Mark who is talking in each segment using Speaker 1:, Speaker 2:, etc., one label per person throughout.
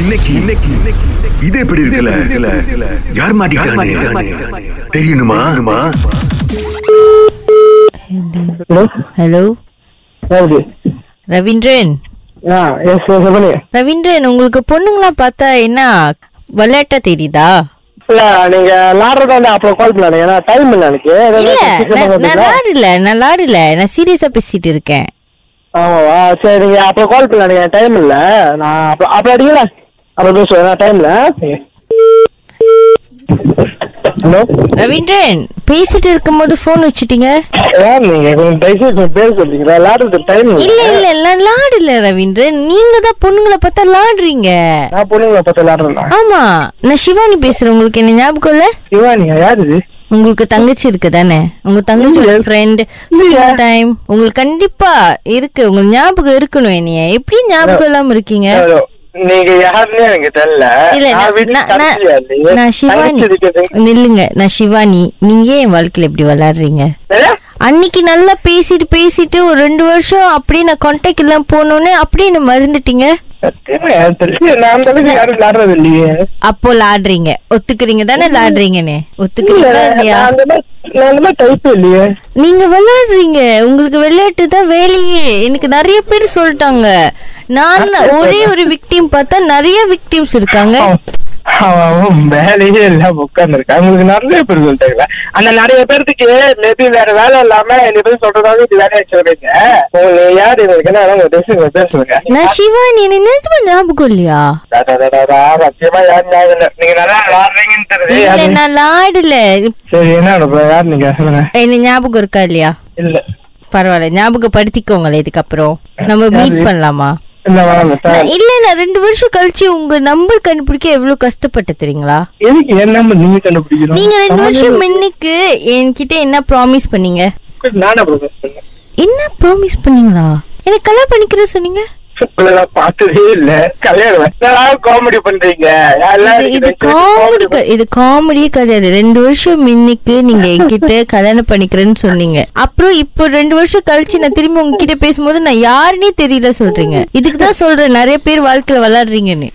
Speaker 1: இன்னைக்கு இன்னைக்கு இது எப்படி இருக்குல்ல யார் மாட்டிக்கிட்டானே தெரியணுமா
Speaker 2: ஹலோ
Speaker 3: ஹலோ
Speaker 2: யாரு
Speaker 3: ரவீந்திரன்
Speaker 2: ஆ எஸ் சொல்லுங்க
Speaker 3: ரவீந்திரன் உங்களுக்கு பொண்ணுங்களா பார்த்தா என்ன விளையாட்டா தெரியுதா
Speaker 2: இல்ல நீங்க விளாடுறதா இருந்தா அப்புறம் கால் பண்ணலாம் ஏன்னா டைம் இல்ல எனக்கு ஏதாவது
Speaker 3: இல்ல
Speaker 2: சீக்கிரமா
Speaker 3: நான் நான்
Speaker 2: வந்துடுறா?
Speaker 3: லாடல நான் லாடல நான் சீரியஸா பேசிட்டு இருக்கேன்
Speaker 2: ஆமாவா சரி நீங்க அப்புறம் கால் பண்ணலாம் எனக்கு டைம் இல்ல நான் அப்புறம் அப்புறம் அடிக்கல அப்புறம் பேசுவோம் ஏன்னா டைம் இல்ல ஹலோ
Speaker 3: ரவீந்திரன் பேசிட்டு இருக்கும்போது போன் வச்சிட்டீங்க
Speaker 2: ஏன் நீங்க கொஞ்சம் தயவுசெய்து கொஞ்சம் பேர் சொல்றீங்களா விளாடுறது டைம்
Speaker 3: இல்ல
Speaker 2: இல்ல
Speaker 3: இல்ல நான் லாடல ரவீந்திரன் நீங்க தான் பொண்ணுங்களை பார்த்தா லாடுறீங்க
Speaker 2: நான் பொண்ணுங்களை பார்த்து விளாடுறேன்
Speaker 3: ஆமா நான் சிவானி பேசுறேன் உங்களுக்கு என்ன ஞாபகம் இல்ல
Speaker 2: சிவானியா யாரு இது
Speaker 3: உங்களுக்கு தங்கச்சி இருக்கு தானே உங்க தங்கச்சியோட
Speaker 2: இல்லையே.
Speaker 3: ஃப்ரெண்ட்
Speaker 2: இல்லையே.
Speaker 3: டைம் உங்களுக்கு கண்டிப்பா இருக்கு உங்களுக்கு ஞாபகம் இருக்கணும் என்னைய எப்படி ஞாபகம் இல்லாம இருக்கீங்க
Speaker 2: ஹலோ. நீங்க யாருன்னு எனக்கு தெரியல
Speaker 3: இல்ல
Speaker 2: நான்
Speaker 3: நான்-
Speaker 2: வீட்டுல
Speaker 3: நான்-
Speaker 2: தங்கச்சியா
Speaker 3: நான்-
Speaker 2: இல்லையே.
Speaker 3: நான் சிவானி
Speaker 2: தங்கச்சி இருக்குது.
Speaker 3: நில்லுங்க நான் சிவானி நீங்க ஏன் என் வாழ்க்கையில இப்படி விளையாடுறீங்க
Speaker 2: ஏ?
Speaker 3: அன்னைக்கு நல்லா பேசிட்டு பேசிட்டு ஒரு ரெண்டு வருஷம் அப்படியே நான் கான்டாக்ட் எல்லாம் போனோன்னே அப்படியே என்ன மறந்துட்டீங்க
Speaker 2: சத்தியமா எனக்கு தெரியல. நான் அந்த அளவுக்கு யாரும் விளையாடுறது இல்லையே.
Speaker 3: அப்போ லாடுறீங்க ஒத்துக்கிறீங்க தானே லாடுறீங்கன்னு
Speaker 2: இல்ல,
Speaker 3: ஒத்துக்கிறீங்களா இல்லையா
Speaker 2: நான் அந்த மாதிரி- நான் அந்த மாதிரி type ஏ இல்லையே.
Speaker 3: நீங்க விளையாடுறீங்க உங்களுக்கு விளையாட்டு தான் வேலையே எனக்கு நிறைய பேர் சொல்லிட்டாங்க நான் ஒரே ஒரு விக்டிம் பார்த்தா நிறைய விக்டிம்ஸ் இருக்காங்க
Speaker 2: அவன் அவன் அவன் வேலையே இல்லாம உட்கார்ந்திருக்கான். உங்களுக்கு நிறைய பேர் சொல்லிட்டாங்களா? ஆனா நிறைய பேர்த்துக்கு maybe வேற வேலை இல்லாம என்னை போய் சொல்றதாவே இது வேலையா சொல்றீங்க. உங்களுக்கு யாரு இவங்களுக்கு என்ன வேணும் உங்க தயவு செஞ்சு உங்க பேர் சொல்லுங்க.
Speaker 3: நான் சிவானி எனக்கு நிஜமா ஞாபகம் இல்லையா
Speaker 2: டா, டா, டா, டா, டா, சத்தியமா யாரும் ஞாபகம் இல்ல. நீங்க நல்லா விளையாடுறீங்கன்னு தெரியுது.
Speaker 3: இல்ல
Speaker 2: யாரு?
Speaker 3: நான் லாடல
Speaker 2: சரி என்ன அனுப்புற? யாரு நீங்க சொல்லுங்க
Speaker 3: என்ன ஞாபகம் இருக்கா இல்லையா
Speaker 2: இல்ல
Speaker 3: பரவாயில்ல ஞாபகப்படுத்திக்கோங்களேன் இதுக்கப்புறம் நம்ம மீட் பண்ணலாமா
Speaker 2: இல்ல வேணாம் விட்டா.
Speaker 3: நான் இல்ல நான் ரெண்டு வருஷம் கழிச்சு உங்க நம்பர் கண்டுபிடிக்க எவ்வளவு கஷ்டப்பட்டு தெரியுங்களா
Speaker 2: எதுக்கு என் number நீங்க கண்டுபிடிக்கணும்?
Speaker 3: நீங்க ரெண்டு வருஷம்
Speaker 2: சமாதானம்
Speaker 3: முன்னுக்கு என்கிட்ட என்ன ப்ராமிஸ் பண்ணீங்க
Speaker 2: இருக்கு. நானே propose பண்ணேன்.
Speaker 3: என்ன ப்ராமிஸ் பண்ணீங்களா எனக்கு கல்யாணம் பண்ணிக்கிற சொன்னீங்க
Speaker 2: இப்படிலாம் பார்த்ததே இல்ல கல்யாணம் என்னடா காமெடி பண்றீங்க
Speaker 3: இது- இது காமெடி க- இது காமெடியே கிடையாது ரெண்டு வருஷம் முன்னுக்கு நீங்க என்கிட்ட கல்யாணம் பண்ணிக்கிறேன்னு சொன்னீங்க அப்புறம் இப்போ ரெண்டு வருஷம் கழிச்சு நான் திரும்பி உங்ககிட்ட பேசும்போது நான் யாருன்னே தெரியல சொல்றீங்க இதுக்கு தான் சொல்றேன் நிறைய பேர் வாழ்க்கையில விளையாடுறீங்கன்னு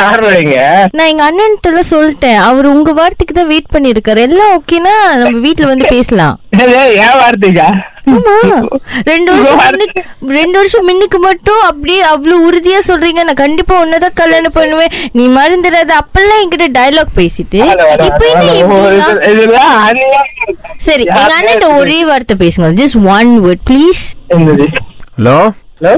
Speaker 2: யாருங்க
Speaker 3: நான் எங்க அண்ணன்ட்ட எல்லாம் சொல்லிட்டேன் அவர் உங்க வார்த்தைக்கு தான் வெயிட் பண்ணிருக்காரு எல்லாம் ஓகேனா நம்ம வீட்ல வந்து பேசலாம்
Speaker 2: ஏன் வார்த்தைக்கா
Speaker 3: ஆமா ரெண்டு வருஷம்
Speaker 2: உங்க
Speaker 3: முன்னுக்கு ரெண்டு வருஷம் முன்னுக்கு மட்டும் அப்படியே அவ்வளவு உறுதியா சொல்றீங்க நான் கண்டிப்பா உன்னதான் கல்யாணம் பண்ணுவேன் நீ மறந்துடாத அப்பெல்லாம் என்கிட்ட டயலாக் பேசிட்டு
Speaker 2: அட, அட,
Speaker 3: இப்ப
Speaker 2: அட,
Speaker 3: என்ன
Speaker 2: அட,
Speaker 3: இப்படிலாம்?
Speaker 2: இது- இதெல்லாம் அநியாயம் இருக்கு.
Speaker 3: சரி எங்க
Speaker 2: யாருமே
Speaker 3: அண்ணன்
Speaker 2: இருக்கு.
Speaker 3: ஒரே வார்த்தை பேசுங்க ஜஸ்ட் ஒன் வேர்ட் ப்ளீஸ்
Speaker 2: என்னது
Speaker 4: ஹலோ
Speaker 2: ஹலோ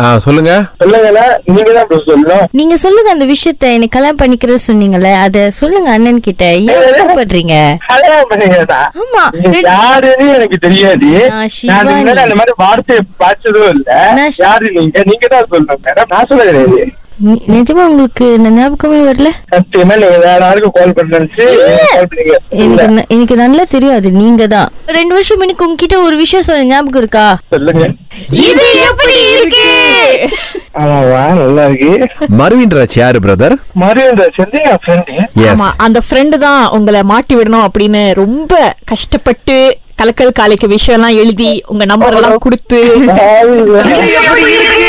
Speaker 4: ஆ சொல்லுங்க
Speaker 2: சொல்லுங்களா நீங்க தான் இப்ப சொல்லணும்
Speaker 3: நீங்க சொல்லுங்க அந்த விஷயத்த என்னை கல்யாணம் பண்ணிக்கிற சொன்னீங்கல்ல அத சொல்லுங்க அண்ணன் கிட்ட ஏன் வருத்தப்படுறீங்க
Speaker 2: கல்யாணம் பண்ணீங்கடா
Speaker 3: ஆமா
Speaker 2: நீங்க
Speaker 3: ரெண்டு-
Speaker 2: யாருன்னு எனக்கு தெரியாது
Speaker 3: நான்
Speaker 2: நான்
Speaker 3: சிவானி.
Speaker 2: முன்னாடி அந்த மாதிரி வார்த்தையை பார்த்ததும் இல்ல
Speaker 3: நான் சி-
Speaker 2: யாரு நீங்க நீங்க தான் சொல்லணும் மேடம் நான் சொல்ல கிடையாது
Speaker 3: நி- நிஜமா உங்களுக்கு நான் ஞாபகமே வரல
Speaker 2: சத்தியமா நீங்க வேற ஆளுக்கு கால் பண்ணுச்சு கால் பண்ணீங்க
Speaker 3: எனக்கு
Speaker 2: இல்ல.
Speaker 3: ந- எனக்கு நல்லா தெரியும் அது நீங்க தான் ரெண்டு வருஷம் முன்னுக்கு உங்ககிட்ட ஒரு விஷயம் சொன்ன ஞாபகம் இருக்கா
Speaker 2: சொல்லுங்க
Speaker 3: இது எப்படி இருக்கு
Speaker 2: ஆமாவா நல்லா இருக்கு
Speaker 4: மருவின் ராஜ் யாரு பிரதர்
Speaker 2: மறுபடியும் செஞ்சு என் ஃப்ரெண்டு
Speaker 4: எஸ்
Speaker 5: ஆமா அந்த ஃப்ரெண்டு தான் உங்களை மாட்டி விடணும் அப்படின்னு ரொம்ப கஷ்டப்பட்டு கலக்கல் காலைக்கு விஷயம் எல்லாம் எழுதி உங்க நம்பர் எல்லாம் கொடுத்து
Speaker 2: ஆள் இல்ல.
Speaker 1: எப்படி இருக்கு